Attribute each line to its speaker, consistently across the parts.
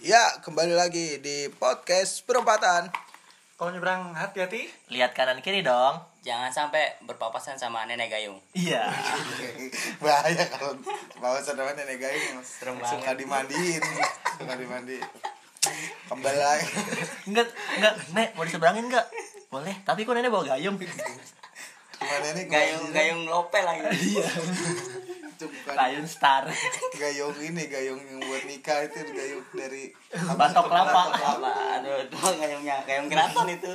Speaker 1: Ya, kembali lagi di podcast perempatan.
Speaker 2: Kalau nyebrang hati-hati?
Speaker 3: Lihat kanan kiri dong.
Speaker 4: Jangan sampai berpapasan sama nenek gayung.
Speaker 3: Iya.
Speaker 1: Bahaya kalau bawa saudara nenek gayung suka dimandiin, suka dimandiin. Kembali lagi.
Speaker 3: Enggak, enggak, Nek, mau diseberangin enggak? Boleh, tapi kok Nenek bawa gayung?
Speaker 1: Gimana nih
Speaker 4: Gayung gayung gitu. lopel lagi.
Speaker 3: Iya.
Speaker 1: Itu bukan
Speaker 3: Lion Star.
Speaker 1: gayung ini, gayung yang buat nikah itu gayung dari
Speaker 3: Batok kelapa.
Speaker 4: Apa? Aduh, itu gayungnya gayung keraton itu.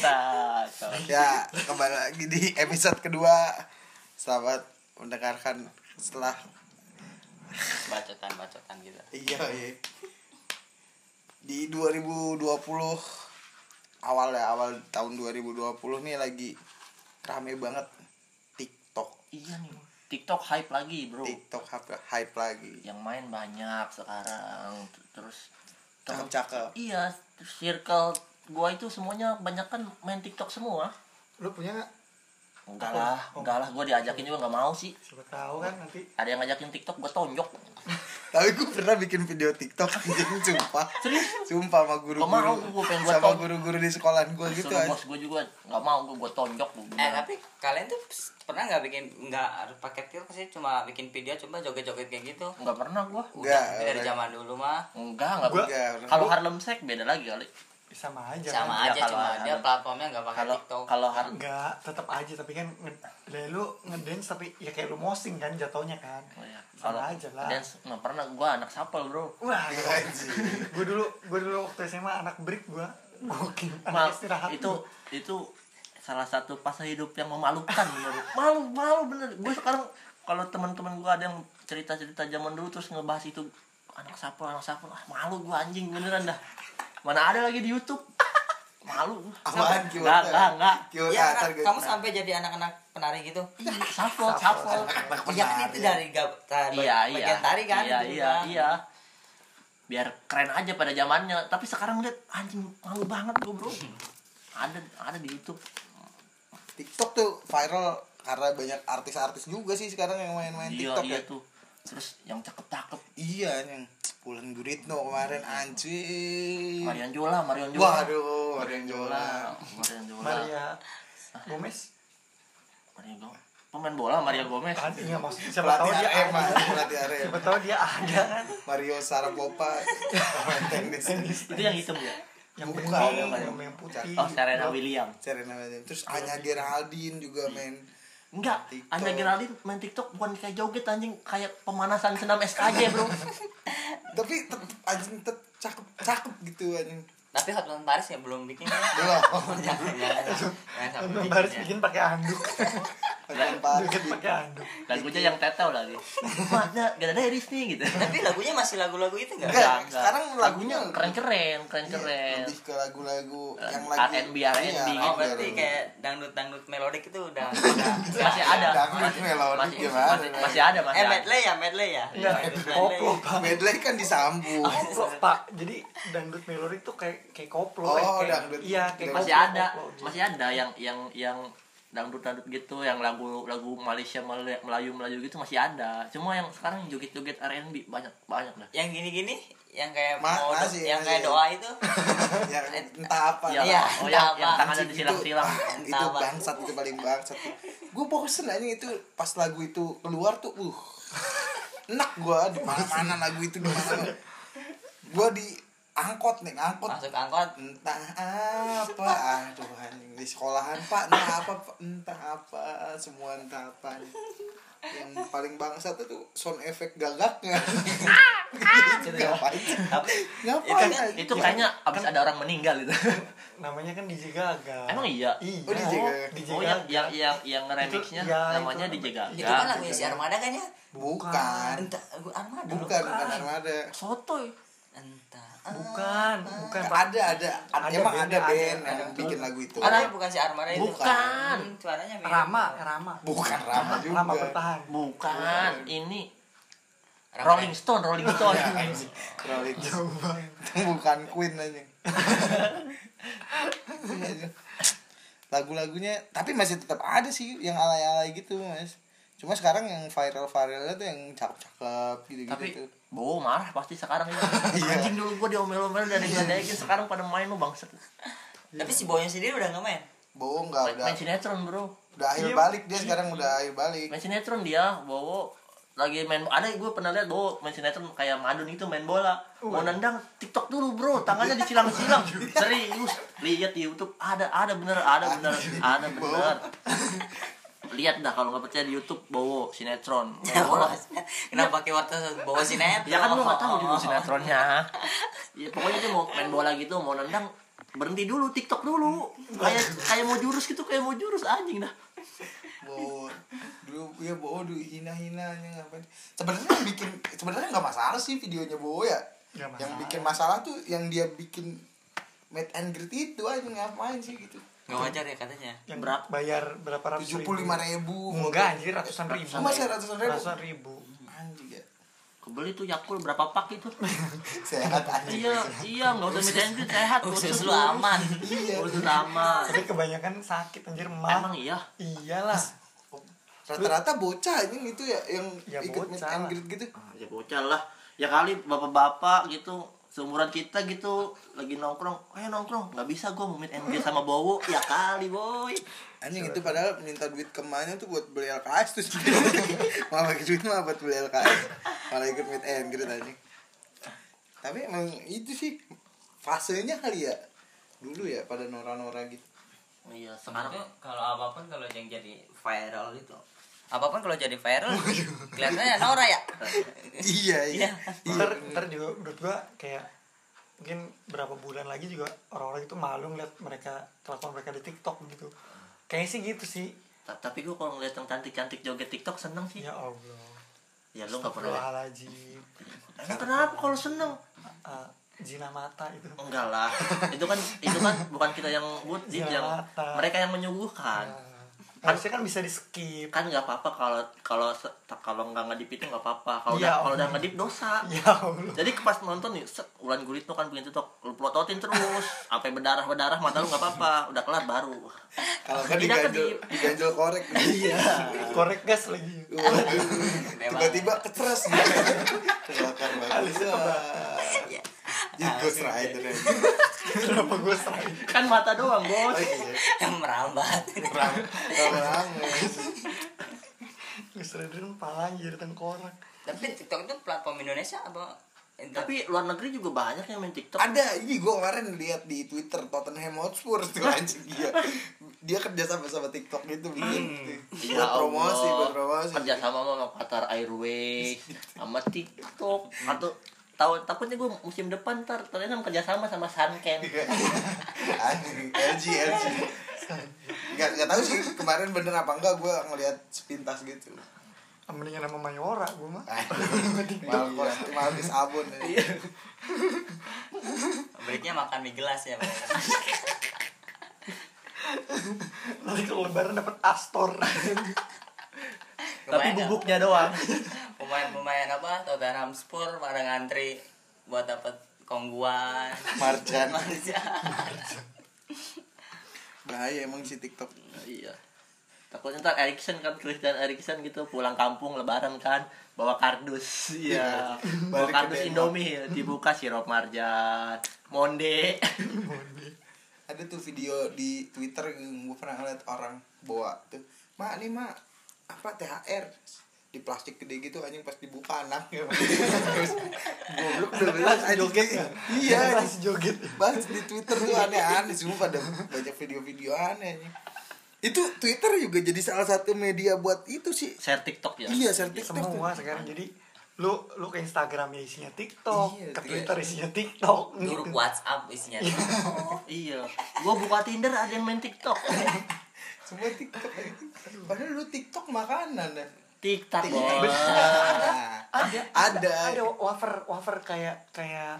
Speaker 3: Nah, tuh.
Speaker 1: Ya, kembali lagi di episode kedua. Selamat mendengarkan setelah
Speaker 4: Bacotan bacotan gitu.
Speaker 1: iya, iya. Di 2020 awal ya, awal tahun 2020 nih lagi rame banget TikTok.
Speaker 3: Iya nih. TikTok hype lagi, Bro.
Speaker 1: TikTok hype, hype lagi.
Speaker 3: Yang main banyak sekarang. Terus temen-
Speaker 1: Cakep-cakep.
Speaker 3: Iya, circle gua itu semuanya banyak kan main TikTok semua.
Speaker 2: Lu punya nggak?
Speaker 3: Enggak lah,
Speaker 1: Oh.
Speaker 3: enggak lah gua diajakin juga enggak mau sih.
Speaker 2: Siapa tahu kan nanti.
Speaker 3: Ada yang ngajakin TikTok gua tonjok.
Speaker 1: Tapi gue pernah bikin video TikTok anjing sumpah. Sumpah sama
Speaker 3: Gua mau,
Speaker 1: guru-guru.
Speaker 3: gua pengen gua
Speaker 1: Sama
Speaker 3: tau.
Speaker 1: guru-guru di sekolahan gue gitu
Speaker 3: Suruh
Speaker 1: aja. Iya.
Speaker 3: bos gua juga enggak mau gua, gua tonjok gua.
Speaker 4: Eh
Speaker 3: bilang.
Speaker 4: tapi kalian tuh pernah nggak bikin nggak harus pakai filter sih cuma bikin video cuma joget-joget kayak gitu.
Speaker 3: Enggak pernah gua.
Speaker 1: Nggak,
Speaker 4: Udah itu dari
Speaker 1: nggak.
Speaker 4: zaman dulu mah
Speaker 3: Enggak, enggak.
Speaker 2: Gua-
Speaker 1: Enggak, pernah.
Speaker 3: Kalau Harlem Shake beda lagi kali.
Speaker 2: Sama aja. kan?
Speaker 4: sama
Speaker 3: ya,
Speaker 4: aja
Speaker 3: kalau
Speaker 4: cuma
Speaker 3: ada.
Speaker 4: dia platformnya nggak pakai
Speaker 3: Kalau
Speaker 4: TikTok.
Speaker 3: kalau Harlem
Speaker 2: Enggak, tetap aja tapi kan nge- lah, lu ngedance tapi ya kayak lu mosing kan jatuhnya kan.
Speaker 3: Oh, ya.
Speaker 2: Sama aja lah.
Speaker 3: Dance nggak pernah gua anak sapel, Bro.
Speaker 2: Wah,
Speaker 1: Anjing.
Speaker 2: gue dulu gue dulu waktu SMA anak break gue. Gokil,
Speaker 3: Mal,
Speaker 2: anak istirahat.
Speaker 3: itu itu salah satu fase hidup yang memalukan menurut malu malu bener gue sekarang kalau teman-teman gue ada yang cerita cerita zaman dulu terus ngebahas itu anak sapel anak sapel ah, malu gue anjing beneran dah mana ada lagi di YouTube malu gue
Speaker 1: Apaan
Speaker 3: Nggak,
Speaker 1: Kiwata?
Speaker 3: nggak nggak Iya,
Speaker 1: Kiwata,
Speaker 4: Ya,
Speaker 1: ntar
Speaker 4: kan,
Speaker 1: gua-
Speaker 4: kamu sampai jadi anak-anak penari gitu.
Speaker 3: sapel sapel
Speaker 4: Iya kan itu dari gab, ta-
Speaker 3: iya iya
Speaker 4: bagian tari kan.
Speaker 3: iya
Speaker 4: itu
Speaker 3: iya
Speaker 4: juga.
Speaker 3: iya biar keren aja pada zamannya tapi sekarang lihat anjing malu banget gue bro ada ada di YouTube
Speaker 1: TikTok tuh viral karena banyak artis-artis juga sih sekarang yang main-main
Speaker 3: iya
Speaker 1: TikTok
Speaker 3: iya
Speaker 1: ya.
Speaker 3: tuh terus yang cakep cakep
Speaker 1: Iya yang Bulan Guritno kemarin anjing.
Speaker 3: Marion Jola Marion Jola
Speaker 1: Waduh, ada yang
Speaker 3: Jola
Speaker 1: jola.
Speaker 3: Marion Jola
Speaker 2: Maria Gomez.
Speaker 3: Marion Jola pemain bola Maria Gomez
Speaker 2: Kan iya maksudnya siapa tahu
Speaker 1: Pelatih
Speaker 2: dia
Speaker 1: Arema,
Speaker 2: ada.
Speaker 1: pelatih Arema.
Speaker 2: Siapa tahu dia ada kan.
Speaker 1: Mario Sarapopa pemain tenis.
Speaker 3: itu yang hitam ya
Speaker 2: Yang
Speaker 1: Bukan,
Speaker 2: kuning,
Speaker 1: bukan.
Speaker 2: yang yang putih.
Speaker 3: oh Serena Williams
Speaker 1: Serena Williams. Terus Anya Geraldine juga main.
Speaker 3: Enggak,
Speaker 1: TikTok.
Speaker 3: Anda Geraldine main TikTok bukan kayak joget anjing Kayak pemanasan senam SKJ bro
Speaker 1: Tapi tetep anjing tetep cakep cakep gitu anjing.
Speaker 4: Tapi Hotman Paris ya belum bikin. ya.
Speaker 1: Belum.
Speaker 4: Jangan jangan. Jangan sampai
Speaker 2: Yang
Speaker 4: bikin
Speaker 2: baris
Speaker 4: ya.
Speaker 2: bikin pakai anduk.
Speaker 3: Iya.
Speaker 1: Bukan
Speaker 2: Bikin
Speaker 1: pasti.
Speaker 2: pakai anduk.
Speaker 3: Lagunya yang tetel lagi Maknya gak ada Eris nih gitu
Speaker 4: Tapi lagunya masih lagu-lagu itu enggak?
Speaker 1: Enggak. sekarang lagunya
Speaker 3: keren-keren, keren-keren.
Speaker 1: Iya, Lebih ke lagu-lagu
Speaker 3: Eh,
Speaker 1: yang lagi
Speaker 3: R&B, R&B.
Speaker 1: Iya,
Speaker 4: Oh, berarti
Speaker 1: baru.
Speaker 4: kayak dangdut-dangdut melodik itu udah udah-
Speaker 3: Masih ada.
Speaker 1: Dangdut
Speaker 3: Masih-
Speaker 1: melodi
Speaker 3: masih,
Speaker 1: gimana?
Speaker 3: masih, masih ada, masih
Speaker 4: Eh,
Speaker 3: ada.
Speaker 4: medley ya, medley ya.
Speaker 2: Iya,
Speaker 4: medley.
Speaker 2: koplo pak.
Speaker 1: Medley kan disambung.
Speaker 3: Oh.
Speaker 2: Koplo pak. Jadi dangdut melodi itu kayak kayak
Speaker 1: Oh,
Speaker 2: koplo. eh, kayak,
Speaker 1: dangdut.
Speaker 2: Iya, kayak
Speaker 3: Masih
Speaker 2: koplo,
Speaker 3: ada,
Speaker 2: koplo.
Speaker 3: masih ada yang yang yang dangdut-dangdut gitu, yang lagu lagu Malaysia Mel- Melayu-Melayu gitu masih ada. Cuma yang sekarang joget-joget R&B banyak banyak dah.
Speaker 4: Yang gini-gini, yang kayak
Speaker 1: Ma-
Speaker 4: mau do-
Speaker 1: masih,
Speaker 4: yang
Speaker 1: masih.
Speaker 4: kayak doa itu.
Speaker 1: ya, entah apa.
Speaker 3: Iya,
Speaker 4: Iya,
Speaker 3: oh yang, yang
Speaker 4: apa?
Speaker 3: tangannya
Speaker 1: Itu- ah,
Speaker 3: disilang-silang.
Speaker 1: Itu
Speaker 4: Entah apa.
Speaker 1: bangsat itu paling bangsat. Gue bosen aja itu pas lagu itu keluar tuh, uh, enak gue di mana-mana lagu itu di mana. Gue di angkot nih, angkot.
Speaker 4: Masuk angkot.
Speaker 1: Entah apa, ah, Tuhan di sekolahan pak, entah apa, Pak. entah apa, semua entah apa. Yang paling bangsat itu sound effect gagaknya. Ngapain?
Speaker 4: Tapi
Speaker 1: Ngapain?
Speaker 4: Ah, Itu kan-
Speaker 3: Itu kayaknya abis ada orang meninggal itu.
Speaker 2: Namanya kan DJ Gaga.
Speaker 3: Emang iya?
Speaker 2: Iya.
Speaker 1: Oh, DJ Gaga.
Speaker 2: DJ
Speaker 3: Oh yang
Speaker 2: Gaga.
Speaker 3: yang yang yang remixnya
Speaker 2: Itu- ya,
Speaker 3: namanya
Speaker 2: itu-
Speaker 3: DJ
Speaker 4: itu kan
Speaker 3: Gaga.
Speaker 4: lagunya si Armada kan ya?
Speaker 1: Bukan.
Speaker 4: Entah, gua Armada. loh.
Speaker 1: Bukan, bukan armada.
Speaker 3: Sotoy.
Speaker 4: Entah.
Speaker 2: Bukan, bukan pak.
Speaker 1: Ada, ada, ada.
Speaker 2: Ada
Speaker 1: Emang ada
Speaker 2: band, ada,
Speaker 1: band
Speaker 2: ada.
Speaker 1: yang bikin lagu itu.
Speaker 4: Armada Ah, bukan si Armada itu.
Speaker 3: Bukan.
Speaker 4: Hmm, Suaranya beda.
Speaker 2: Rama, Rama.
Speaker 1: Bukan Rama iya. Ah, juga.
Speaker 2: Rama bertahan.
Speaker 3: Bukan, ini
Speaker 4: Orang
Speaker 3: Rolling Stone, Rolling Stone.
Speaker 1: Rolling Stone.
Speaker 2: Jauh banget.
Speaker 1: bukan Queen aja lagu-lagunya tapi masih tetap ada sih yang alay-alay gitu mas cuma sekarang yang viral-viralnya tuh yang cakep-cakep gitu-gitu
Speaker 3: Tapi
Speaker 1: tuh.
Speaker 3: Bowo marah pasti sekarang ya. Anjing dulu gua diomel-omel dan diledekin sekarang pada main lu bangset.
Speaker 4: Tapi si Boyong sendiri udah nggak main.
Speaker 1: bohong nggak udah
Speaker 3: Main sinetron, Bro.
Speaker 1: udah
Speaker 2: Iya.
Speaker 1: akhir balik dia sekarang udah akhir balik
Speaker 3: Main sinetron dia, Bowo lagi main ada gue pernah lihat Bowo main sinetron kayak Madun itu main bola mau nendang TikTok dulu bro tangannya disilang-silang serius lihat di YouTube ada ada bener ada bener ada bener lihat dah kalau nggak percaya di YouTube Bowo sinetron main bola
Speaker 4: Kenapa pakai waktu bawa sinet?
Speaker 3: Oh. Ya kan lu gak tahu judul sinetronnya. Ya pokoknya dia mau main bola gitu, mau nendang berhenti dulu TikTok dulu. Kayak kayak mau jurus gitu, kayak mau jurus anjing dah.
Speaker 1: bohong dulu ya bohong dulu hina-hinanya ngapain sebenarnya yang bikin sebenarnya nggak masalah sih videonya bohong ya
Speaker 2: Nggak
Speaker 1: yang
Speaker 2: masalah.
Speaker 1: bikin masalah tuh yang dia bikin meet and greet itu aja ngapain sih gitu
Speaker 4: Nggak wajar ya katanya.
Speaker 2: Yang
Speaker 3: Berapa?
Speaker 2: bayar berapa ratus
Speaker 1: tujuh puluh lima ribu
Speaker 2: Enggak anjir ratusan ribu.
Speaker 1: Masa ratusan ribu?
Speaker 2: Ratusan ribu.
Speaker 1: anjing ya
Speaker 3: Kebeli tuh Yakul berapa pak itu?
Speaker 1: sehat anjing
Speaker 3: iya, iya nggak usah mikirin sehat.
Speaker 4: Usus lu aman.
Speaker 1: iya
Speaker 3: Usus aman.
Speaker 2: Tapi kebanyakan sakit anjir
Speaker 3: Emang
Speaker 2: mah.
Speaker 3: iya.
Speaker 2: Iyalah.
Speaker 1: rata-rata bocah anjing itu ya yang
Speaker 2: Ya,
Speaker 1: ikut meet
Speaker 2: bocah
Speaker 1: and
Speaker 2: lah.
Speaker 1: greet gitu
Speaker 3: Ah, Ya bocah lah. Ya kali bapak-bapak gitu seumuran kita gitu lagi nongkrong, eh nongkrong nggak bisa gue mau meet and greet sama Bowo ya kali boy
Speaker 1: anjing itu padahal minta duit kemana tuh buat beli LKS terus malah pakai duit mah buat beli LKS malah ikut meet and greet anjing tapi emang itu sih fasenya kali ya dulu ya pada nora-nora gitu
Speaker 3: iya sekarang
Speaker 4: Sebenarnya kalau apapun kalau yang jadi viral itu apapun kalau jadi viral kelihatannya Nora ya
Speaker 1: iya iya iya
Speaker 2: Ntar, ntar juga menurut gua kayak mungkin berapa bulan lagi juga orang-orang itu malu ngeliat mereka kelakuan mereka di TikTok gitu. Kayaknya sih gitu sih.
Speaker 3: Ta- tapi gue kalau ngeliat yang cantik-cantik joget TikTok seneng sih
Speaker 2: Ya Allah.
Speaker 3: ya lu nggak pernah liat.
Speaker 2: Astagfirullahaladzim.
Speaker 3: emang kenapa kalau seneng
Speaker 2: Ah, Zina mata itu.
Speaker 3: enggak lah itu kan itu kan bukan kita yang buat dia
Speaker 2: Ya,
Speaker 3: yang
Speaker 2: Ta.
Speaker 3: mereka yang menyuguhkan
Speaker 2: Ah, Harusnya kan bisa di skip.
Speaker 3: kan nggak apa-apa kalau kalau se- kalau nggak ngedip itu nggak apa-apa kalau
Speaker 2: Ya,
Speaker 3: udah kalau
Speaker 2: Allah.
Speaker 3: udah ngedip dosa
Speaker 2: Ya Allah.
Speaker 3: jadi pas nonton nih set, ulan gulitno kan bikin TikTok lu pelototin terus sampai berdarah berdarah mata lu nggak apa-apa udah kelar baru
Speaker 1: kalau kan
Speaker 3: Tidak
Speaker 1: diganjel
Speaker 3: kedip.
Speaker 1: diganjel korek
Speaker 2: Korek gas lagi.
Speaker 1: tiba-tiba keteras gitu terbakar banget jadi Ghost Rider anjing.
Speaker 2: Kenapa gue selain?
Speaker 3: kan mata doang
Speaker 1: Oh,
Speaker 3: bos
Speaker 1: iya.
Speaker 4: merambat
Speaker 1: orang
Speaker 2: Gue selain palanya jadi tengkorak.
Speaker 4: tapi TikTok itu platform Indonesia apa tapi
Speaker 3: tapi luar negeri juga banyak yang main TikTok
Speaker 1: ada ini gue kemarin lihat di Twitter Tottenham Hotspur tuh anjing dia dia kerja sama sama TikTok gitu bikin gitu. buat promosi
Speaker 3: Hmm. Ya Iya, Allah.
Speaker 1: buat promosi
Speaker 3: kerja sama sama Qatar Airways sama TikTok atau tahu takutnya gue musim depan ntar ternyata kerja sama sama Sanken
Speaker 1: Iya. anjing LG LG nggak nggak tahu sih kemarin bener apa enggak gue ngelihat sepintas gitu
Speaker 2: Ah, Mendingan sama Mayora gue mah.
Speaker 3: iya.
Speaker 1: Malkos Malkis Abon ya.
Speaker 4: breaknya makan mie gelas ya Bang.
Speaker 2: Nanti kalau lebaran dapat Astor.
Speaker 3: tapi
Speaker 4: Lumayan,
Speaker 3: bubuknya doang
Speaker 4: kan? pemain-pemain apa Tottenham Spur pada ngantri buat dapat kongguan
Speaker 1: Marjan
Speaker 4: Marja
Speaker 1: bahaya emang si TikTok
Speaker 3: iya takutnya ntar Erikson kan Christian Erikson gitu pulang kampung lebaran kan bawa kardus iya
Speaker 1: Balik
Speaker 3: bawa
Speaker 1: ke
Speaker 3: kardus
Speaker 1: Denmark.
Speaker 3: Indomie dibuka sirup marjan monde
Speaker 1: ada tuh video di Twitter gue pernah ngeliat orang bawa tuh mak nih mak apa THR di plastik gede gitu anjing pas dibuka anaknya terus goblok udah belas anjing. iya
Speaker 2: Masih joget.
Speaker 1: bahas di Twitter tuh aneh-aneh semua pada banyak video-video aneh anjing. itu Twitter juga jadi salah satu media buat itu sih
Speaker 3: share TikTok ya
Speaker 1: iya sertik
Speaker 2: Semua sekarang jadi lu lu ke Instagram ya isinya TikTok,
Speaker 1: Iya,
Speaker 2: ke
Speaker 1: iya.
Speaker 2: Twitter isinya TikTok. gitu.
Speaker 4: grup WhatsApp isinya
Speaker 3: iya gue buka Tinder ada yang main TikTok
Speaker 1: semua TikTok anjing. padahal lu TikTok makanan ya
Speaker 3: TikTok
Speaker 1: TikTok.
Speaker 3: bos
Speaker 1: Nah,
Speaker 2: Ada
Speaker 1: ada
Speaker 2: ada wafer wafer kayak kayak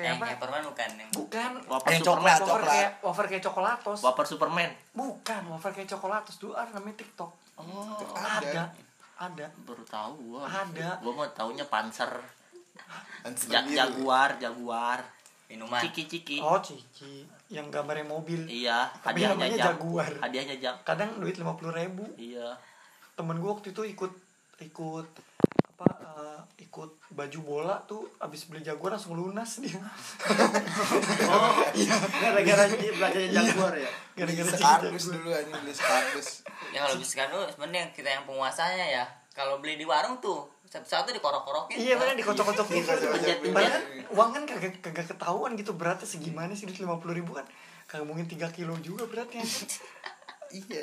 Speaker 4: yang
Speaker 2: kayak apa?
Speaker 4: Hyperman bukan yang
Speaker 2: Bukan.
Speaker 3: Wafer
Speaker 1: Yang
Speaker 3: Superman.
Speaker 1: coklat,
Speaker 2: Wafer
Speaker 1: coklat.
Speaker 2: kayak wafer kayak coklatos.
Speaker 3: Wafer Superman.
Speaker 2: Bukan wafer kayak coklatos. Dulu ada namanya TikTok.
Speaker 3: Oh,
Speaker 1: ada
Speaker 2: Ada. ada
Speaker 3: baru tahu gua
Speaker 2: Ada.
Speaker 3: gua mah taunya panser
Speaker 1: Handsome
Speaker 3: Ja-
Speaker 1: gitu.
Speaker 3: jaguar jaguar
Speaker 4: minuman
Speaker 3: ciki ciki
Speaker 2: oh ciki yang gambarnya mobil
Speaker 3: iya
Speaker 2: Tapi
Speaker 3: hadiahnya
Speaker 2: namanya
Speaker 3: jag-
Speaker 2: jaguar.
Speaker 3: hadiahnya jag
Speaker 2: kadang duit lima puluh ribu
Speaker 3: iya
Speaker 2: temen gue waktu itu ikut ikut apa eh, ikut baju bola tuh abis beli jaguar langsung lunas dia
Speaker 5: Oh, gara-gara dia belajarnya jaguar ya.
Speaker 1: Beli
Speaker 2: Iya. gara-gara
Speaker 1: sekardus dulu anjing beli sekardus
Speaker 4: ya kalau bisa kan lu sebenarnya kita yang penguasanya ya kalau beli di warung tuh satu-satu dikorok-korokin
Speaker 2: iya makanya dikocok-kocok gitu
Speaker 1: Dikocok-kocok.
Speaker 2: padahal uang kan kagak kagak ketahuan gitu beratnya segimana sih duit lima puluh ribu kan kagak mungkin 3 kilo juga beratnya
Speaker 1: iya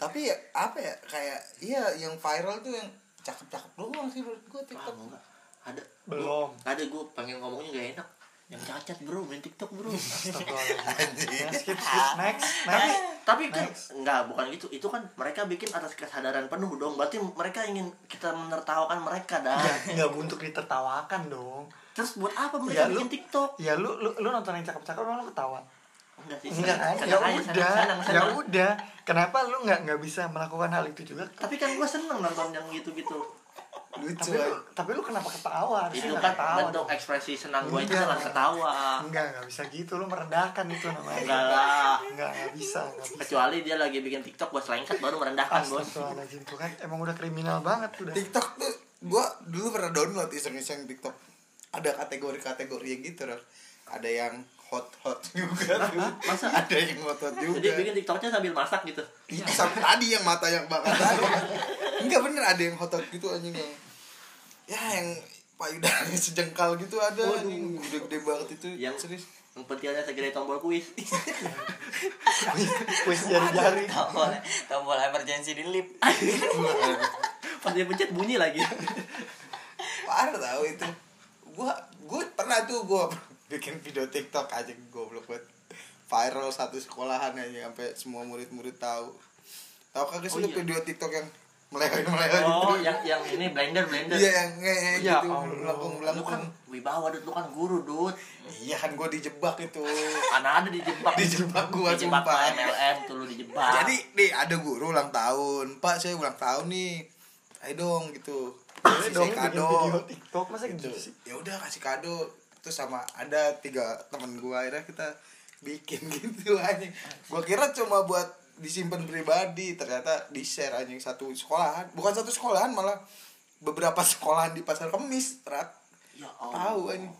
Speaker 1: tapi ya apa ya kayak iya yang viral tuh yang cakep-cakep doang sih menurut gue TikTok
Speaker 3: Wah, Ah, ada
Speaker 2: Belum.
Speaker 3: ada gue pengen ngomongnya gak enak yang cacat bro main tiktok bro
Speaker 2: Astagfirullahaladzim. Nah, skip skip next next
Speaker 3: tapi kan enggak bukan gitu itu kan mereka bikin atas kesadaran penuh dong berarti mereka ingin kita menertawakan mereka dah
Speaker 2: ya, nggak untuk ditertawakan dong
Speaker 3: terus buat apa mereka
Speaker 2: Ya, lu-
Speaker 3: bikin tiktok
Speaker 2: ya lu lu, lu nonton yang cakep-cakep lu lu ketawa
Speaker 3: enggak sih
Speaker 2: enggak kan
Speaker 3: seneng
Speaker 2: ya
Speaker 3: aja,
Speaker 2: udah
Speaker 3: seneng, seneng,
Speaker 2: ya
Speaker 3: seneng.
Speaker 2: udah kenapa lu nggak nggak bisa melakukan hal itu juga
Speaker 3: tapi kan gue seneng nonton yang gitu-gitu
Speaker 1: lucu
Speaker 2: tapi lu,
Speaker 1: anjing.
Speaker 2: tapi lu kenapa ketawa harusnya
Speaker 3: itu
Speaker 2: nggak
Speaker 3: kan
Speaker 2: ketawa
Speaker 3: bentuk
Speaker 2: dong.
Speaker 3: ekspresi senang gue
Speaker 1: Iya.
Speaker 3: itu
Speaker 2: Enggak.
Speaker 3: dengan ketawa
Speaker 2: enggak nggak bisa gitu lu merendahkan itu namanya
Speaker 3: enggak lah
Speaker 2: enggak nggak bisa nggak bisa
Speaker 3: kecuali dia lagi bikin tiktok gue selengkat baru merendahkan Kan, bos
Speaker 2: Astagfirullahaladzim tuh kan emang udah kriminal banget udah
Speaker 1: TikTok tuh gue dulu pernah download iseng-iseng TikTok ada kategori-kategori yang gitu Raf. ada yang hot hot juga tuh.
Speaker 3: Masa?
Speaker 1: ada yang hot hot juga
Speaker 3: jadi bikin tiktoknya sambil masak gitu
Speaker 1: Itu Iya, sampai tadi yang mata yang bakar tadi. Enggak bener ada yang hotot gitu anjing yang ya yang payudaranya sejengkal gitu ada anjing gede-gede banget itu.
Speaker 3: yang serius yang pentilnya segede tombol kuis
Speaker 2: kuis jari-jari
Speaker 4: tombol tombol emergency di lip
Speaker 3: pas dia pencet bunyi lagi
Speaker 1: Parah tau itu. Gua gua pernah tuh gua bikin video TikTok aja goblok banget. Viral satu sekolahan aja sampai semua murid-murid tahu. Tahu kagak sih
Speaker 3: Oh,
Speaker 1: lu
Speaker 3: iya.
Speaker 1: video TikTok yang meleleh-meleleh
Speaker 3: oh
Speaker 1: gitu.
Speaker 3: yang yang ini blender blender
Speaker 1: Iya yang nge
Speaker 2: Ya
Speaker 1: gitu,
Speaker 2: Allah.
Speaker 3: lu kan
Speaker 1: melengkung-melengkung.
Speaker 3: wibawa dut lu kan guru dut
Speaker 1: Iya kan gua dijebak itu.
Speaker 3: karena ada dijebak
Speaker 1: Dijebak gua,
Speaker 3: dijebak
Speaker 1: sumpah.
Speaker 3: sama MLM tuh lu dijebak
Speaker 1: Jadi nih ada guru ulang tahun, Pak saya ulang tahun nih, ayo dong gitu.
Speaker 2: Boleh
Speaker 1: Kasih
Speaker 2: dong
Speaker 1: saya
Speaker 2: lu bikin
Speaker 1: kado.
Speaker 2: video tiktok masa gitu
Speaker 1: Gitu.
Speaker 2: sih
Speaker 1: Ya udah kasih kado. Terus sama ada tiga teman gua akhirnya kita bikin gitu aja. Gua kira cuma buat disimpan pribadi, ternyata di share anjing satu sekolahan, bukan satu sekolahan malah beberapa sekolahan di pasar kemis terat
Speaker 3: ya
Speaker 1: tahu
Speaker 3: Allah
Speaker 1: anjing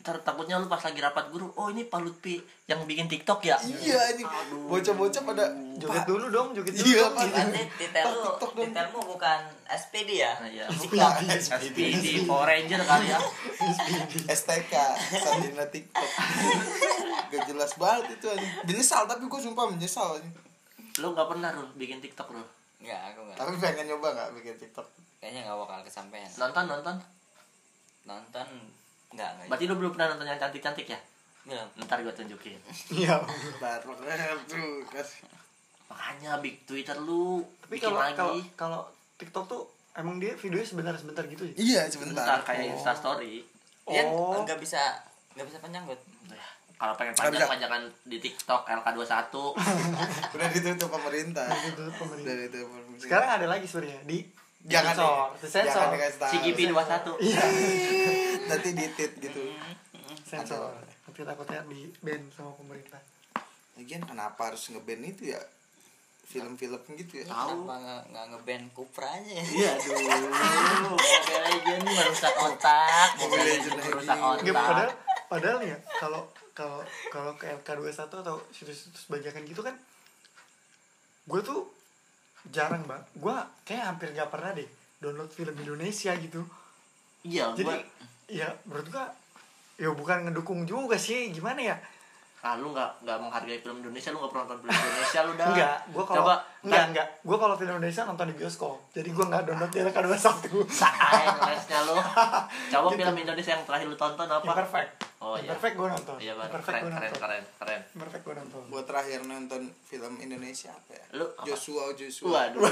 Speaker 3: ntar takutnya lu pas lagi rapat guru oh ini Pak Lutfi yang bikin tiktok ya
Speaker 1: iya anjing bocah-bocah pada
Speaker 2: joget dulu dong joget dulu
Speaker 1: Iya,
Speaker 2: dong.
Speaker 1: Pak.
Speaker 4: berarti detail lu
Speaker 1: Pak, TikTok dong.
Speaker 4: detailmu bukan SPD ya
Speaker 3: Nah, ya
Speaker 2: Iya.
Speaker 1: Bukan,
Speaker 3: SPD
Speaker 1: Iya.
Speaker 3: Power Ranger kali ya
Speaker 1: STK sarjana TikTok gak jelas banget itu aja menyesal tapi gue sumpah menyesal aja
Speaker 3: lu nggak pernah Rul, bikin tiktok Rul
Speaker 4: Enggak, aku enggak.
Speaker 1: tapi pengen nyoba nggak bikin TikTok
Speaker 4: Kayaknya enggak bakal kesampaian.
Speaker 3: nonton nonton
Speaker 4: Nonton enggak enggak.
Speaker 3: berarti lu belum pernah nonton yang cantik cantik ya
Speaker 4: Belum.
Speaker 3: ntar gua tunjukin
Speaker 2: iya
Speaker 1: baru tuh kasih
Speaker 3: makanya big twitter lu
Speaker 2: tapi
Speaker 3: bikin
Speaker 2: kalau
Speaker 3: lagi
Speaker 2: kalau kalau tiktok tuh emang dia videonya sebentar-sebentar gitu ya
Speaker 1: iya
Speaker 3: bentar
Speaker 1: sebentar
Speaker 3: kayak instastory Iya.
Speaker 4: Ya
Speaker 2: Oh.
Speaker 4: enggak bisa enggak bisa panjang, Gut.
Speaker 3: ya. kalau pengen
Speaker 1: Nggak bisa.
Speaker 3: panjang panjangan di tiktok LK21
Speaker 1: udah ditutup pemerintah
Speaker 2: ditutup pemerintah.
Speaker 1: udah ditutup pemerintah
Speaker 2: sekarang ada lagi sebenarnya di
Speaker 1: jangan
Speaker 2: sensor
Speaker 1: deh.
Speaker 2: sensor
Speaker 1: jangan dikasih tahu
Speaker 3: si GP21
Speaker 2: Iya.
Speaker 1: nanti ditit gitu
Speaker 2: sensor tapi takutnya di ban sama pemerintah
Speaker 1: lagian kenapa harus ngeband itu ya film-film gitu ya
Speaker 3: Tahu.
Speaker 4: Kenapa enggak enggak ngeband Kupra aja ya?
Speaker 3: Iya aduh, Mobile Legend merusak otak,
Speaker 2: Iya,
Speaker 3: Mobile Legend merusak
Speaker 2: Nggak,
Speaker 3: otak.
Speaker 2: Ya, padahal padahal ya kalau kalau kalau ke LK21 atau situs-situs bajakan gitu kan gue tuh jarang mbak gue kayak hampir gak pernah deh download film Indonesia gitu
Speaker 3: Iya,
Speaker 2: jadi
Speaker 3: gua
Speaker 2: ya menurut gue ya bukan ngedukung juga sih gimana ya
Speaker 3: ah lu nggak nggak menghargai film Indonesia, lu nggak pernah nonton film Indonesia lu dah.
Speaker 2: enggak gue kalau
Speaker 3: coba
Speaker 2: enggak enggak gue kalau film Indonesia nonton di bioskop jadi gue nggak download di LK21
Speaker 3: Saat lesnya lu. Coba
Speaker 2: Gitu.
Speaker 3: film Indonesia yang terakhir lu tonton apa?
Speaker 2: Imperfect
Speaker 3: Oh iya.
Speaker 2: Imperfect gue nonton
Speaker 3: Iya, Bang.
Speaker 2: Imperfect
Speaker 3: keren,
Speaker 2: gue
Speaker 3: keren,
Speaker 2: nonton
Speaker 3: keren, keren.
Speaker 2: Imperfect gue nonton
Speaker 1: gue terakhir nonton film Indonesia apa ya
Speaker 3: Lu apa?
Speaker 1: Joshua Joshua
Speaker 3: Waduh.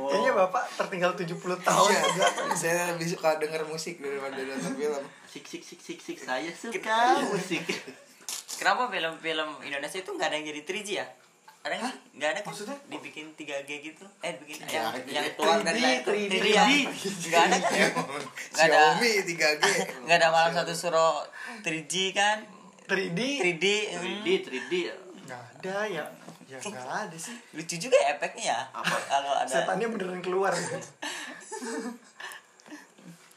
Speaker 3: Oh,
Speaker 2: Kayaknya bapak tertinggal 70 tahun
Speaker 1: Oh. Iya, saya lebih suka denger musik daripada nonton film.
Speaker 3: Sik sik sik sik sik saya suka musik.
Speaker 4: Kenapa film-film Indonesia itu enggak ada yang jadi 3G ya? ada nggak sih nggak ada kan
Speaker 2: Maksudnya?
Speaker 4: dibikin 3G gitu eh bikin yang,
Speaker 1: Tiga G.
Speaker 4: yang keluar dari
Speaker 2: 3D,
Speaker 4: layar
Speaker 2: 3D.
Speaker 4: Iya. nggak ada kan
Speaker 1: Iya,
Speaker 4: nggak ada
Speaker 1: Xiaomi Iya. 3G
Speaker 4: nggak ada malam satu suro 3G kan
Speaker 2: 3D
Speaker 4: 3D hmm.
Speaker 3: 3D 3D ya.
Speaker 2: nggak ada ya ya nggak ada sih
Speaker 4: lucu juga ya efeknya ya apa kalau ada
Speaker 2: setannya beneran keluar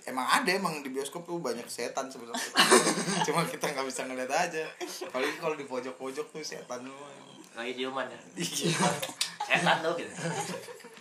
Speaker 1: emang ada emang di bioskop tuh banyak setan sebenarnya cuma kita nggak bisa ngeliat aja apalagi kalau di pojok-pojok tuh setan semua
Speaker 3: Lagi ciuman ya. Setan tuh gitu.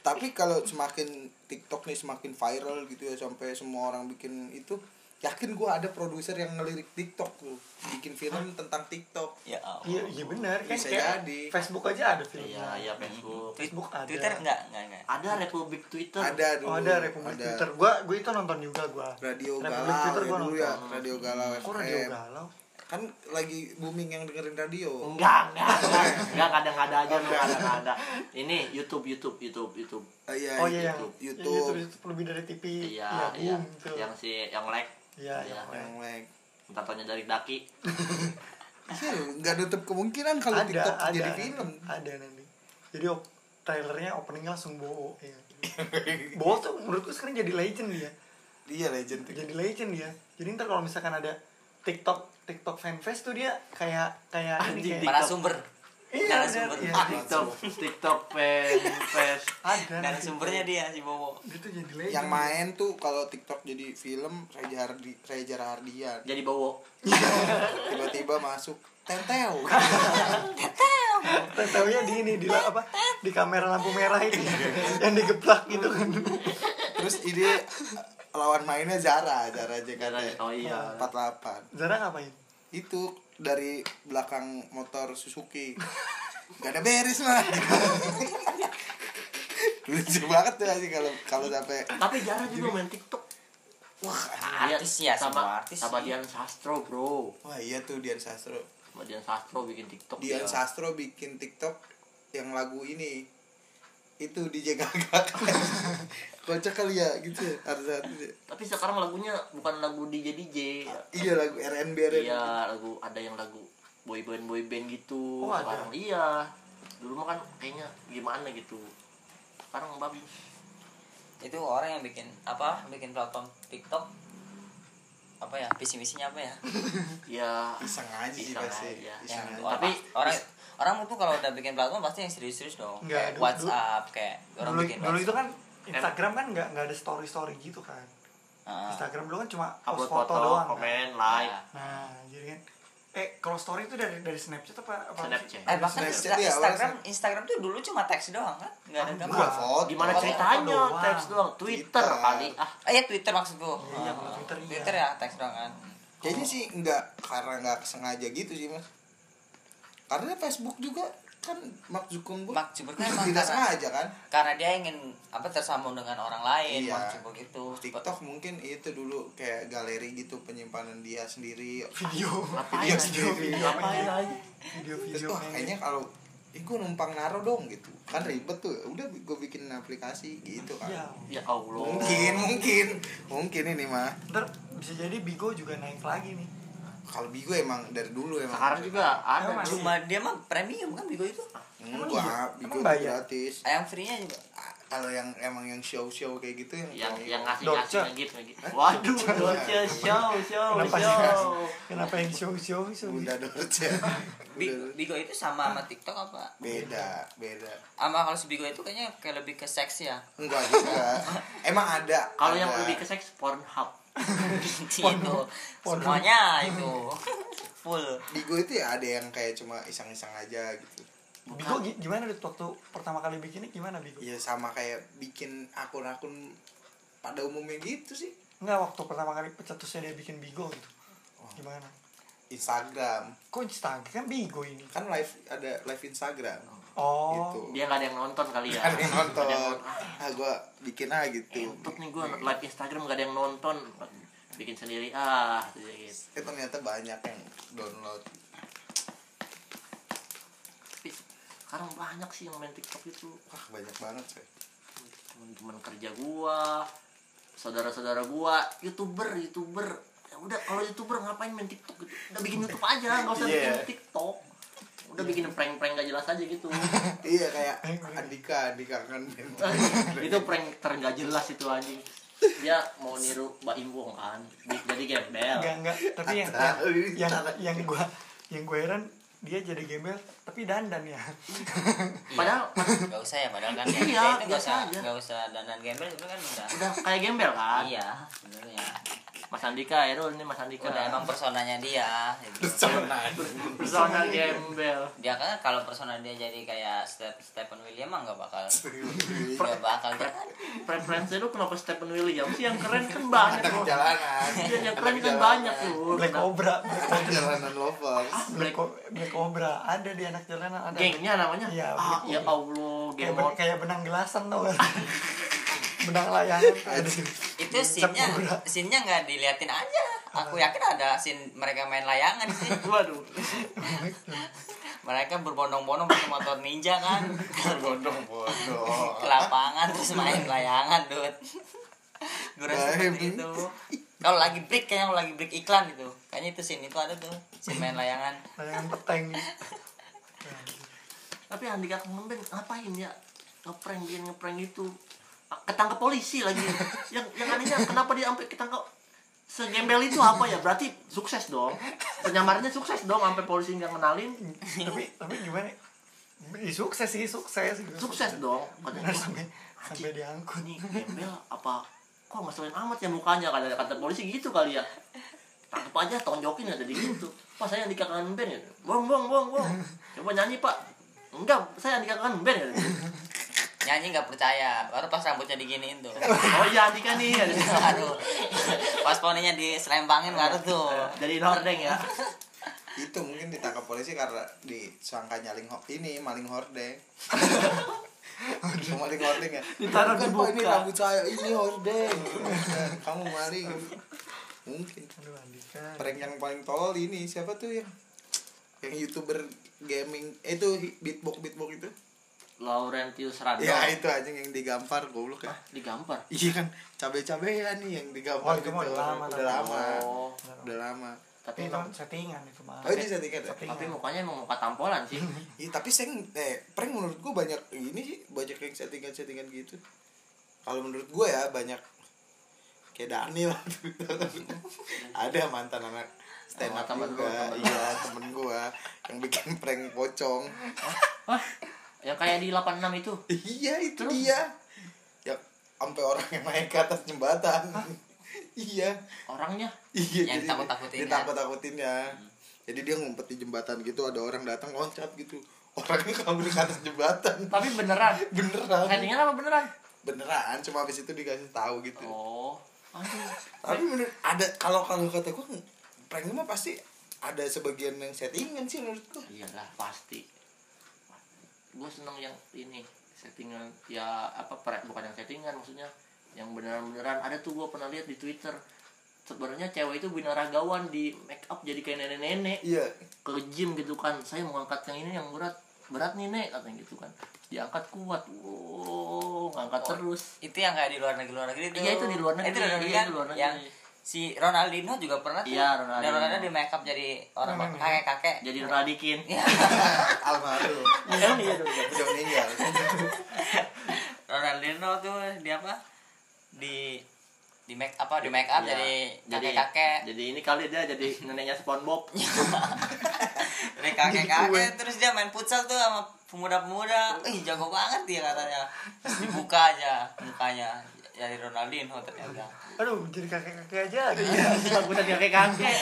Speaker 1: tapi kalau semakin TikTok nih semakin viral gitu ya sampai semua orang bikin itu yakin gua ada produser yang ngelirik TikTok tuh bikin film tentang TikTok
Speaker 4: ya Allah.
Speaker 2: iya iya benar kan
Speaker 1: Bisa
Speaker 2: kayak
Speaker 1: jadi.
Speaker 2: Facebook aja ada filmnya
Speaker 3: Iya, iya Facebook.
Speaker 2: Facebook ada.
Speaker 4: Twitter nggak nggak nggak
Speaker 3: Ada Republik Twitter.
Speaker 1: ada dulu
Speaker 2: oh ada Republik
Speaker 1: ada
Speaker 2: Twitter gua gua itu nonton juga gua
Speaker 1: radio galau
Speaker 2: Republik Twitter
Speaker 1: ya
Speaker 2: gua
Speaker 1: dulu
Speaker 2: nonton
Speaker 1: ya radio galau
Speaker 2: kok radio
Speaker 1: FM.
Speaker 2: galau
Speaker 1: kan lagi booming yang dengerin radio
Speaker 2: Oh.
Speaker 3: Enggak, enggak, enggak, enggak, kadang ada aja, enggak, kadang ada. Ini YouTube, YouTube, YouTube, YouTube.
Speaker 1: Ah, iya,
Speaker 2: oh iya yang
Speaker 1: YouTube,
Speaker 2: yang
Speaker 1: YouTube,
Speaker 2: YouTube itu lebih dari TV
Speaker 3: Iya,
Speaker 2: ya,
Speaker 3: iya,
Speaker 2: boom, tuh.
Speaker 3: yang si, yang lag,
Speaker 2: iya
Speaker 3: Iya.
Speaker 2: yang
Speaker 1: Oh, yang like
Speaker 3: minta taunya dari Daki.
Speaker 1: Iya, nggak nutup kemungkinan kalau
Speaker 2: ada
Speaker 1: TikTok
Speaker 2: ada
Speaker 1: jadi
Speaker 2: nanti.
Speaker 1: film
Speaker 2: ada nanti jadi op- trailernya openingnya langsung bowo ya. bowo tuh menurutku sekarang jadi legend dia
Speaker 1: iya legend tuh.
Speaker 2: jadi legend dia jadi ntar kalau misalkan ada TikTok TikTok fanfest tuh dia kayak kayak
Speaker 3: Anjing,
Speaker 2: ini
Speaker 4: para
Speaker 2: kayak
Speaker 4: sumber
Speaker 2: iya ada
Speaker 4: narasumber.
Speaker 2: iya,
Speaker 1: Ah,
Speaker 3: TikTok, TikTok, fanfest.
Speaker 2: ada
Speaker 4: dan sumbernya dia si Bobo
Speaker 2: dia tuh jadi legend
Speaker 1: yang main tuh kalau TikTok jadi film Reza Hardi Reza Hardian
Speaker 3: Jadi bowo.
Speaker 1: tiba-tiba masuk Teteo
Speaker 2: tahunya di ini di la- apa di kamera lampu merah itu yang digeplak gitu kan
Speaker 1: terus ini eh, lawan mainnya Zara Zara
Speaker 3: Karena,
Speaker 1: JKT
Speaker 3: oh iya.
Speaker 1: 48
Speaker 2: Zara ngapain
Speaker 1: itu dari belakang motor Suzuki gak ada beres mah lucu banget tuh sih kalau kalau sampai
Speaker 3: Tapi jarang juga main TikTok.
Speaker 2: Iya,
Speaker 4: artis ya
Speaker 3: sama
Speaker 4: sama artis
Speaker 3: sama
Speaker 4: sih.
Speaker 3: Dian Sastro, bro.
Speaker 1: wah iya tuh Dian Sastro
Speaker 3: Sama Dian Sastro bikin TikTok.
Speaker 1: Dian
Speaker 3: dia.
Speaker 1: Sastro bikin TikTok yang lagu ini itu DJ Gaga kocak kali ya gitu ya, harus satu ya.
Speaker 3: Tapi sekarang lagunya bukan lagu DJ DJ.
Speaker 1: iya lagu R&B R&B
Speaker 3: Iya, lagu ada yang lagu boy band boy band gitu.
Speaker 2: Oh, ada.
Speaker 3: Sekarang iya. Dulu mah kan kayaknya gimana gitu. Sekarang bagus.
Speaker 4: itu orang yang bikin apa bikin platform TikTok apa ya visi misinya apa ya
Speaker 3: Ya,
Speaker 1: iseng aja sih
Speaker 3: Iseng
Speaker 1: pasti
Speaker 3: aja.
Speaker 1: iseng aja.
Speaker 4: Yang orang-
Speaker 3: Tapi-
Speaker 4: orang orang itu kalau udah bikin platform pasti yang serius-serius dong
Speaker 2: Nggak,
Speaker 4: kayak
Speaker 2: dulu-
Speaker 4: WhatsApp kayak orang
Speaker 2: dulu,
Speaker 4: bikin
Speaker 2: dulu itu
Speaker 4: WhatsApp.
Speaker 2: kan Instagram kan nggak nggak ada story story gitu kan
Speaker 4: Ah.
Speaker 2: Instagram dulu kan cuma
Speaker 3: upload
Speaker 2: post
Speaker 3: foto,
Speaker 2: foto, doang kan.
Speaker 3: komen, like,
Speaker 2: nah jadi kan eh kalau story itu dari dari Snapchat apa apa
Speaker 3: Snapchat.
Speaker 4: eh bahkan
Speaker 1: Snapchat
Speaker 4: Insta-
Speaker 1: ya,
Speaker 4: Instagram Instagram tuh dulu cuma teks doang kan nggak ada
Speaker 2: Ah,
Speaker 4: gambar
Speaker 1: Bukan foto.
Speaker 3: Gimana
Speaker 4: Oh,
Speaker 3: ceritanya?
Speaker 2: foto doang.
Speaker 3: Teks doang, Twitter
Speaker 1: Twitter.
Speaker 3: kali. Ah,
Speaker 4: ah ya Twitter maksudku
Speaker 2: Iya, iya,
Speaker 4: Ah,
Speaker 2: Twitter, iya.
Speaker 4: Twitter ya teks doang kan
Speaker 1: Kayaknya sih enggak karena enggak sengaja gitu sih, Mas. Karena Facebook juga kan Mark Zuckerberg
Speaker 4: Mark Zuckerberg emang
Speaker 1: tidak
Speaker 4: karena-
Speaker 1: sengaja kan.
Speaker 4: karena dia ingin apa tersambung dengan orang lain
Speaker 1: Iya.
Speaker 4: maksudku gitu
Speaker 3: Oh,
Speaker 1: TikTok mungkin itu dulu kayak galeri gitu penyimpanan dia sendiri.
Speaker 2: video
Speaker 3: ngapain
Speaker 1: Iya,
Speaker 3: aja?
Speaker 1: video, video.
Speaker 3: Ngapain aja?
Speaker 2: video
Speaker 1: Terus
Speaker 2: video
Speaker 1: wah kayaknya kalau Ih, gue numpang naro dong gitu kan ribet tuh udah gue bikin aplikasi gitu kan
Speaker 2: ya
Speaker 3: Ya Allah.
Speaker 1: mungkin mungkin mungkin ini mah
Speaker 2: ntar bisa jadi Bigo juga naik lagi nih
Speaker 1: kalau Bigo emang dari dulu emang
Speaker 3: Sekarang juga ada
Speaker 2: Emang
Speaker 3: dulu.
Speaker 2: masih?
Speaker 4: cuma dia mah premium kan Bigo itu
Speaker 1: Hmm, gua
Speaker 2: Emang
Speaker 1: Bigo tuh
Speaker 2: bayar?
Speaker 1: gratis
Speaker 4: Ah, yang free nya juga
Speaker 1: Ah, kalau yang emang yang show show kayak gitu yang
Speaker 3: yang yang
Speaker 1: yang
Speaker 3: ngasih ngasih
Speaker 2: Dokter.
Speaker 3: gitu gitu. Waduh, Dorce show show
Speaker 2: Kenapa sih?
Speaker 3: show.
Speaker 2: kenapa yang show show show
Speaker 1: Bunda Dorce
Speaker 4: Bi- Bigo itu sama sama TikTok apa
Speaker 1: beda beda
Speaker 4: sama kalau si Bigo itu kayaknya kayak lebih ke seks ya
Speaker 1: enggak juga emang ada
Speaker 3: Kalau yang
Speaker 1: ada.
Speaker 3: lebih ke seks Pornhub.
Speaker 4: itu Gitu. semuanya itu full
Speaker 1: Bigo itu ya ada yang kayak cuma iseng-iseng aja gitu
Speaker 2: Bigo gi- gimana Dit? waktu pertama kali bikinnya gimana Bigo
Speaker 1: ya sama kayak bikin akun-akun pada umumnya gitu sih
Speaker 2: Enggak, waktu pertama kali pecetusnya dia bikin Bigo gitu
Speaker 1: Oh.
Speaker 2: gimana
Speaker 1: Instagram
Speaker 2: kok Instagram kan Bigo ini
Speaker 1: kan live ada live Instagram gitu
Speaker 2: oh
Speaker 3: Dia nggak ada yang nonton kali ya.
Speaker 1: ada yang nonton
Speaker 3: Nggak ada yang nonton. Iya.
Speaker 1: ah gue bikin ah gitu
Speaker 3: Entut nih gue live Instagram gak ada yang nonton bikin sendiri ah gitu.
Speaker 1: eh ternyata banyak yang download
Speaker 3: tapi sekarang banyak sih yang main TikTok itu
Speaker 1: wah banyak banget coy
Speaker 3: teman-teman kerja gua saudara-saudara gua youtuber youtuber ya udah kalau youtuber ngapain main TikTok gitu udah bikin YouTube aja nggak usah
Speaker 1: Iya.
Speaker 3: bikin TikTok udah bikin prank-prank gak jelas aja gitu
Speaker 1: iya kayak Andika Andika kan
Speaker 3: itu prank tergak jelas itu anjing dia mau niru Mbak Im Wong kan di- jadi gembel
Speaker 2: enggak enggak tapi yang
Speaker 1: Atau-
Speaker 2: yang yang, yang gue yang gue heran dia jadi gembel tapi dandan ya
Speaker 3: Iya. padahal
Speaker 4: Gak usah ya padahal kan
Speaker 3: Iya,
Speaker 4: ya, itu gak
Speaker 3: biasa
Speaker 4: usah
Speaker 3: aja.
Speaker 4: gak usah dandan gembel itu kan udah
Speaker 3: udah kayak gembel kan
Speaker 4: iya sebenarnya
Speaker 3: Mas Andika Erul ini Mas Andika
Speaker 4: udah emang personanya dia gitu.
Speaker 3: persona
Speaker 2: Iya.
Speaker 3: gembel
Speaker 4: dia kan kalau persona dia jadi kayak Step Stephen William mah nggak bakal nggak
Speaker 1: Anak
Speaker 4: bakal dia kan
Speaker 3: preferensi lu kenapa Stephen William sih yang keren kan banyak tuh
Speaker 1: jalanan
Speaker 3: Iya, yang keren
Speaker 1: Anak
Speaker 3: kan
Speaker 1: jalanan.
Speaker 3: banyak tuh
Speaker 2: black cobra black,
Speaker 1: Anak jalanan lovers
Speaker 2: black, Co- black cobra ada di anak jalanan ada
Speaker 3: gengnya namanya
Speaker 2: Iya,
Speaker 3: ah,
Speaker 2: betul.
Speaker 3: ya Allah
Speaker 2: kayak,
Speaker 3: gemot
Speaker 2: ben- kayak benang gelasan tau gak benang layangan tuh ada.
Speaker 4: itu scene-nya
Speaker 2: Sakura.
Speaker 4: scene-nya nggak diliatin aja aku yakin ada scene mereka main layangan sih
Speaker 3: waduh
Speaker 4: mereka berbondong-bondong pakai motor ninja kan
Speaker 1: bodoh bodoh
Speaker 4: ke lapangan terus main layangan dud Durasi seperti itu kalau lagi break kayaknya kalau lagi break iklan itu kayaknya itu scene itu ada tuh scene main layangan
Speaker 2: layangan peteng
Speaker 3: tapi Andika Kemben ngapain ya ngeprank dia ngeprank itu Ah, ketangkep polisi lagi yang yang anehnya kenapa dia sampai ketangkep segembel itu apa ya berarti sukses dong penyamarnya sukses dong sampai polisi nggak kenalin
Speaker 2: tapi tapi gimana ya? Ih, sukses sih sukses gitu.
Speaker 3: sukses dong katanya
Speaker 2: Bener, sampai sampai
Speaker 3: "Wah,
Speaker 2: diangkut
Speaker 3: ini gembel apa kok ngeselin amat ya mukanya kata kata polisi gitu kali ya tangkep aja tonjokin kata dia gitu pak saya Andika Kemben ya bong bong bong bong coba nyanyi pak enggak saya Andika Kemben ya
Speaker 4: nyanyi nggak percaya baru pas rambutnya diginiin tuh
Speaker 3: oh iya Andika nih ada di sana.
Speaker 4: aduh pas poninya diselempangin baru tuh
Speaker 3: dari Nordeng ya
Speaker 1: itu mungkin ditangkap polisi karena disangka nyaling ho- ini maling hordeng maling hordeng ya
Speaker 3: Ditaruh
Speaker 1: Bukan,
Speaker 3: di
Speaker 1: Pak, ini
Speaker 3: buka.
Speaker 1: rambut saya ini hordeng kamu maling mungkin
Speaker 2: aduh Andika
Speaker 1: prank yang paling tolol ini siapa tuh yang yang youtuber gaming eh, itu beatbox beatbox itu
Speaker 3: Laurentius Rando
Speaker 1: ya itu aja yang digampar goblok ya
Speaker 3: digampar
Speaker 1: iya kan cabe-cabean nih yang digampar
Speaker 2: Oh, itu mah udah lama,
Speaker 1: udah lama
Speaker 3: oh
Speaker 1: udah lama
Speaker 3: tapi
Speaker 2: tapi itu
Speaker 3: emang
Speaker 2: settingan itu mah
Speaker 1: oh ini settingan ya?
Speaker 2: settingan
Speaker 3: tapi mukanya emang muka tampolan sih
Speaker 1: Iya tapi seng eh prank menurut gua banyak ini sih banyak yang settingan settingan gitu. Kalau menurut gua ya banyak kayak Daniel ada mantan anak stand
Speaker 3: Oh,
Speaker 1: up
Speaker 3: temen lu,
Speaker 1: juga
Speaker 3: temen lu.
Speaker 1: iya temen gua yang bikin prank pocong
Speaker 3: Hah? yang kayak di 86 itu
Speaker 1: iya itu
Speaker 3: Terus?
Speaker 1: dia ya sampai orang yang naik ke atas jembatan iya
Speaker 3: orangnya
Speaker 1: iya
Speaker 4: Yang
Speaker 1: jadi
Speaker 4: takut-takutin ya.
Speaker 3: kan.
Speaker 1: ditakut-takutin ya
Speaker 3: Hmm.
Speaker 1: jadi dia ngumpet di jembatan gitu ada orang datang loncat gitu orangnya kabur ke atas jembatan
Speaker 3: tapi beneran
Speaker 1: beneran
Speaker 3: settingan apa beneran
Speaker 1: beneran cuma habis itu dikasih tahu gitu
Speaker 3: oh aduh
Speaker 1: tapi bener ada kalau kalau kata gue pranknya mah pasti ada sebagian yang settingan sih menurut gue
Speaker 3: iyalah pasti gue seneng yang ini settingan ya apa pre- bukan yang settingan maksudnya yang beneran-beneran ada tuh gue pernah lihat di twitter sebenarnya cewek itu binaragawan di make up jadi kayak nenek-nenek
Speaker 1: iya
Speaker 3: ke gym gitu kan saya mau angkat yang ini yang berat berat nih nek katanya gitu kan diangkat kuat wow ngangkat
Speaker 4: Oh.
Speaker 3: terus
Speaker 4: itu yang kayak di luar negeri luar negeri tuh
Speaker 3: iya itu di luar negeri
Speaker 4: Eh, itu di luar negeri
Speaker 3: iya,
Speaker 4: kan?
Speaker 3: di luar negeri.
Speaker 4: yang si Ronaldinho juga pernah tuh
Speaker 3: Iya, Ronaldinho.
Speaker 4: Dan Ronaldinho di make up jadi orang
Speaker 2: Memang,
Speaker 4: kakek kakek
Speaker 3: jadi radikin
Speaker 4: Iya,
Speaker 1: almarhum
Speaker 3: emang iya dong
Speaker 1: udah meninggal
Speaker 4: Ronaldinho tuh di apa di di make apa di make
Speaker 3: Iya,
Speaker 4: up kan, jadi
Speaker 3: jadi
Speaker 4: kakek kakek
Speaker 3: jadi ini kali dia jadi neneknya SpongeBob
Speaker 4: dari kakek kakek terus dia main futsal tuh sama pemuda pemuda ih jago banget dia katanya terus dibuka aja mukanya dari Ronaldinho ternyata
Speaker 2: aduh jadi kakek kakek aja gitu.
Speaker 3: bagusan kakek kakek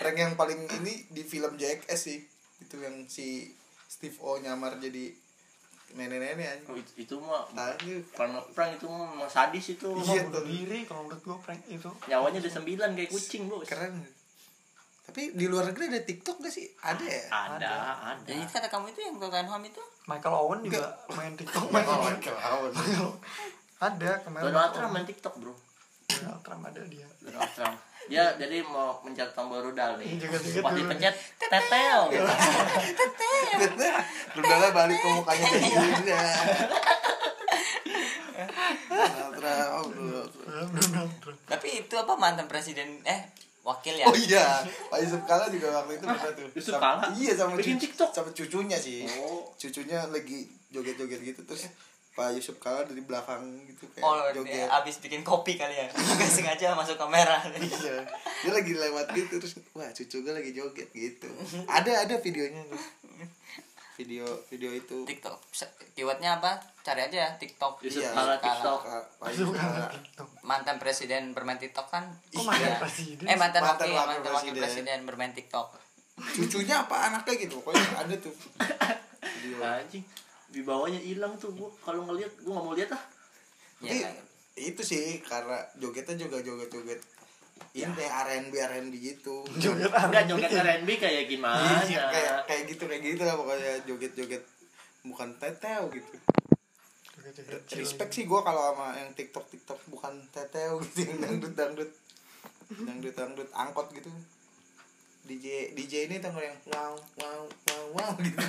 Speaker 1: prank yang paling ini di film Jackass sih itu yang si Steve O nyamar jadi nenek-nenek aja
Speaker 3: Oh, itu, itu mah
Speaker 1: Tanya.
Speaker 3: karena prank itu mah emang sadis itu
Speaker 1: Iya,
Speaker 2: bunuh
Speaker 1: tuh.
Speaker 2: diri kalau menurut gua prank itu
Speaker 3: nyawanya ada sembilan kayak kucing bos
Speaker 1: keren tapi di luar negeri ada TikTok gak sih ada ya
Speaker 3: ada ada
Speaker 4: jadi kata kamu itu yang Tottenham itu
Speaker 2: Michael Owen juga main TikTok main
Speaker 1: Ah, oh, kelawan
Speaker 2: ada kemarin
Speaker 3: Donald Trump main TikTok bro
Speaker 2: Donald Trump ada dia
Speaker 3: Donald Trump dia jadi mau mencet tombol rudal nih
Speaker 2: Iya, joget-joget
Speaker 3: pas
Speaker 2: dulu.
Speaker 3: dipencet tetel gitu.
Speaker 1: Rudalnya balik ke mukanya kayak gini ya. Donald Trump, Donald Trump.
Speaker 2: Donald Trump
Speaker 4: tapi itu apa mantan presiden eh wakil ya
Speaker 1: Oh iya, Pak Yusuf Kala juga waktu itu pernah tuh.
Speaker 3: Yusuf
Speaker 1: Sama-
Speaker 3: Kala?
Speaker 1: Iya sama
Speaker 3: Bikin
Speaker 1: cucu-
Speaker 3: TikTok?
Speaker 1: sama cucunya sih.
Speaker 3: Oh.
Speaker 1: Cucunya lagi joget-joget gitu terus Pak Yusuf Kala dari belakang gitu kayak
Speaker 4: oh dia
Speaker 1: joget.
Speaker 4: abis bikin kopi kali ya nggak sengaja masuk kamera
Speaker 1: Iya. Dia lagi lewat gitu terus wah cucu gue lagi joget gitu. Ada ada videonya tuh. Video video itu.
Speaker 4: tiktok se- keywordnya apa cari aja ya tiktok
Speaker 3: Yusuf
Speaker 1: Iya.
Speaker 3: Kala
Speaker 4: Kala.
Speaker 3: TikTok.
Speaker 1: Pak Pak Yusuf
Speaker 2: Masuk
Speaker 1: Kala.
Speaker 2: ke TikTok.
Speaker 4: mantan presiden bermain tiktok kan
Speaker 2: Kok mantan
Speaker 4: Iya.
Speaker 2: presiden?
Speaker 4: eh
Speaker 1: Mantan
Speaker 4: mantan wakil
Speaker 1: wakil
Speaker 4: mantan wakil
Speaker 1: presiden.
Speaker 4: presiden bermain tiktok
Speaker 1: Cucunya apa anaknya gitu pokoknya ada tuh. Iya. Video.
Speaker 3: Anjing. Di bawahnya hilang tuh gua kalau ngelihat gua nggak mau lihat ah.
Speaker 4: ya
Speaker 1: Tapi
Speaker 4: kan?
Speaker 1: itu sih karena jogetnya juga joget-joget ini kayak R&B R&B gitu.
Speaker 2: Joget Iya.
Speaker 3: Enggak
Speaker 2: R&B.
Speaker 3: joget Ah, R&B kayak gimana?
Speaker 1: Iya, kayak kayak gitu kayak gitu lah pokoknya joget-joget bukan teteo gitu.
Speaker 2: Joget-joget chill.
Speaker 1: Respect sih gua kalau sama yang TikTok TikTok bukan teteo gitu yang dangdut dangdut dangdut dangdut angkot gitu. DJ DJ ini tau nggak yang wow wow wow wow gitu.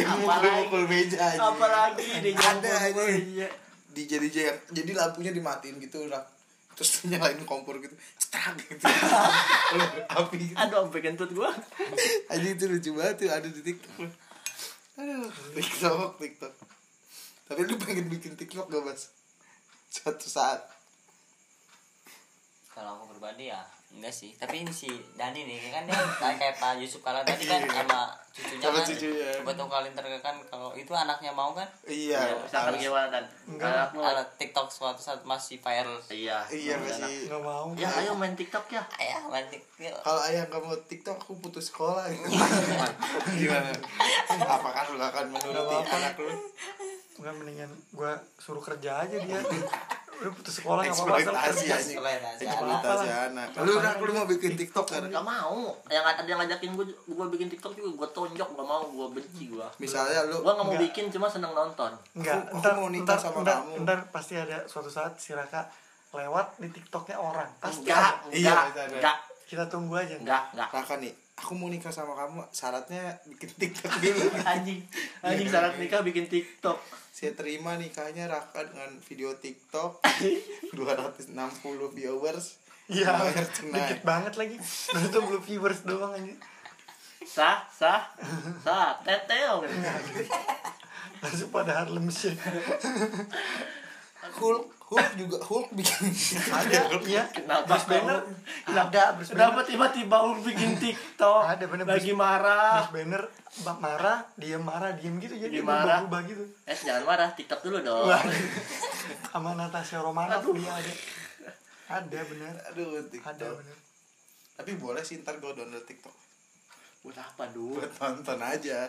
Speaker 1: yang mukul-mukul meja aja.
Speaker 3: Apalagi dia
Speaker 1: Ada
Speaker 3: nyampur-nyampur,
Speaker 1: aja.
Speaker 3: iya.
Speaker 1: DJ DJ yang jadi lampunya dimatiin gitu lah terus nyalain kompor gitu cetrang gitu Lu, api gitu
Speaker 3: Aduh, sampai kentut gua.
Speaker 1: aja itu lucu banget tuh ada di tiktok aduh tiktok tiktok tapi lu pengen bikin tiktok gak mas suatu saat
Speaker 4: kalau aku pribadi ya enggak sih tapi ini si Dani nih kan dia kayak, kayak Pak Yusuf Kala tadi kan sama
Speaker 1: Iya.
Speaker 4: cucunya
Speaker 1: Sama
Speaker 4: kan
Speaker 1: cucunya.
Speaker 4: coba tuh kalian terkekan kalau itu anaknya mau kan
Speaker 1: iya
Speaker 3: Misalkan
Speaker 1: harus-
Speaker 3: gimana dan? Enggak mau.
Speaker 4: ada TikTok suatu saat masih viral
Speaker 3: Iya.
Speaker 1: iya
Speaker 3: mau anak.
Speaker 1: masih
Speaker 2: Nggak mau.
Speaker 3: Ya, ayo main TikTok ya.
Speaker 4: ayah main TikTok
Speaker 1: kalau ayah nggak mau tiktok aku putus sekolah gitu gimana apakah lu akan menuruti
Speaker 2: Nggak apa-apa.
Speaker 1: anak lu
Speaker 2: Enggak mendingan gua suruh kerja aja dia. Lu putus sekolah enggak apa-apa. asal
Speaker 1: eksploitasi
Speaker 2: kerja.
Speaker 1: aja
Speaker 4: eksploitasi anak.
Speaker 1: eksploitasi anak lu nak lu mau bikin tiktok kan
Speaker 3: Gak mau. Yang ada yang ngajakin gua gua bikin TikTok juga gua tonjok, gak mau, gua benci gua.
Speaker 1: misalnya lu
Speaker 3: Gua gak mau
Speaker 2: Enggak.
Speaker 3: bikin cuma seneng nonton.
Speaker 2: Enggak,
Speaker 1: Aku- aku
Speaker 2: ntar,
Speaker 1: mau nikah
Speaker 2: ntar,
Speaker 1: sama
Speaker 2: ntar,
Speaker 1: kamu.
Speaker 2: ntar pasti ada suatu saat si Raka lewat di tiktoknya orang pasti
Speaker 3: Enggak,
Speaker 2: ada.
Speaker 1: Iya,
Speaker 3: enggak,
Speaker 1: misalnya.
Speaker 3: enggak,
Speaker 2: kita tunggu aja
Speaker 3: enggak, enggak.
Speaker 1: Raka nih aku mau nikah sama kamu syaratnya bikin tiktok dulu
Speaker 3: Anjing,
Speaker 2: Iya,
Speaker 3: anjing syarat nikah bikin TikTok.
Speaker 1: saya terima nikahnya Raka dengan video tiktok 260 viewers
Speaker 2: iya
Speaker 1: bayar tunai
Speaker 2: dikit banget lagi baru tuh belum viewers doang aja
Speaker 3: Sah, sah, sah, teteo.
Speaker 2: langsung pada ya. Harlem Shake
Speaker 1: Hulk Hulk juga Hulk bikin
Speaker 2: ada iya
Speaker 3: Kenapa
Speaker 2: Bruce Banner
Speaker 3: kamu-
Speaker 2: ada Bruce
Speaker 3: Kenapa
Speaker 2: Banner
Speaker 3: tiba-tiba lu bikin TikTok?
Speaker 2: Ada, bener,
Speaker 3: Lagi
Speaker 2: Bruce-
Speaker 3: marah.
Speaker 2: Bruce Banner bak marah dia marah diem gitu
Speaker 3: Dia
Speaker 2: jadi
Speaker 3: marah.
Speaker 2: berubah gitu
Speaker 3: Eh, jangan marah, TikTok dulu dong.
Speaker 2: Wah. sama Natasha Romanoff dia ada ada bener
Speaker 1: aduh
Speaker 2: ada
Speaker 1: tiktok
Speaker 2: bener
Speaker 1: tapi boleh sih ntar gue download tiktok
Speaker 3: Buat apa, dulu?
Speaker 1: buat nonton aja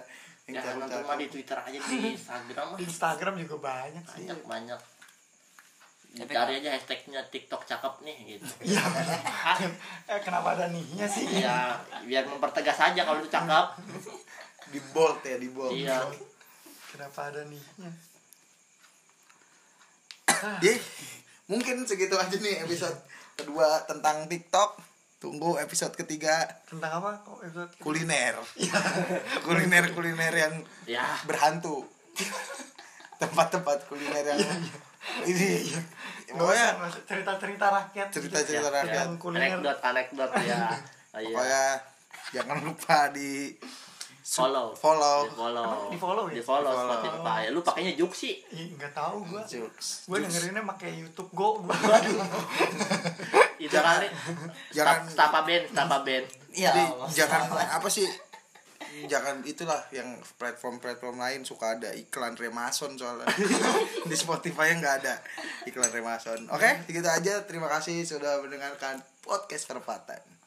Speaker 1: yang
Speaker 3: Jangan nonton mah di
Speaker 1: cakep-cakep
Speaker 3: Twitter aja di Instagram mah.
Speaker 2: Di Instagram juga banyak sih
Speaker 1: Iya.
Speaker 3: Banyak banyak.
Speaker 4: Tapi-
Speaker 3: Cari aja hashtagnya TikTok cakep nih gitu.
Speaker 2: Iya. eh, kenapa ada nihnya sih?
Speaker 3: Iya, biar mempertegas aja kalau itu cakep.
Speaker 1: di bold ya di bold
Speaker 3: Iya.
Speaker 2: Kenapa ada nihnya?
Speaker 1: Jadi, Nah, mungkin segitu aja nih episode kedua tentang tiktok tunggu episode ketiga
Speaker 2: Tentang apa? Kok episode
Speaker 1: kuliner
Speaker 2: Iya.
Speaker 1: kuliner kuliner yang
Speaker 3: Ya.
Speaker 1: berhantu Ah. tempat-tempat kuliner yang ini
Speaker 2: Pokoknya
Speaker 1: pokoknya
Speaker 2: ya, cerita-cerita rakyat.
Speaker 1: Cerita-cerita
Speaker 2: gitu.
Speaker 1: rakyat.
Speaker 2: Yang kuliner.
Speaker 3: Anekdot, anekdot ya. Iya.
Speaker 1: pokoknya jangan lupa di su-
Speaker 3: Follow.
Speaker 1: follow
Speaker 3: Di Iya, follow.
Speaker 2: Emang di follow ya?
Speaker 3: Di follow
Speaker 1: Di follow.
Speaker 3: Spotify. Ya, Lu pakainya Juk sih.
Speaker 2: Ih, nggak tahu gua.
Speaker 1: Jokes.
Speaker 2: Gua
Speaker 1: Jokes.
Speaker 2: dengerinnya pakai YouTube Go. Gua.
Speaker 3: Itu
Speaker 1: Jangan-
Speaker 3: kali.
Speaker 1: jangan-
Speaker 3: Sta- Stapa band, Stapa band.
Speaker 4: ya
Speaker 1: Jadi,
Speaker 4: Allah.
Speaker 1: jangan apa sih jangan itulah yang platform-platform lain suka ada iklan Remason soalnya di Spotify nggak ada iklan Remason oke segitu aja terima kasih sudah mendengarkan podcast Kerpatan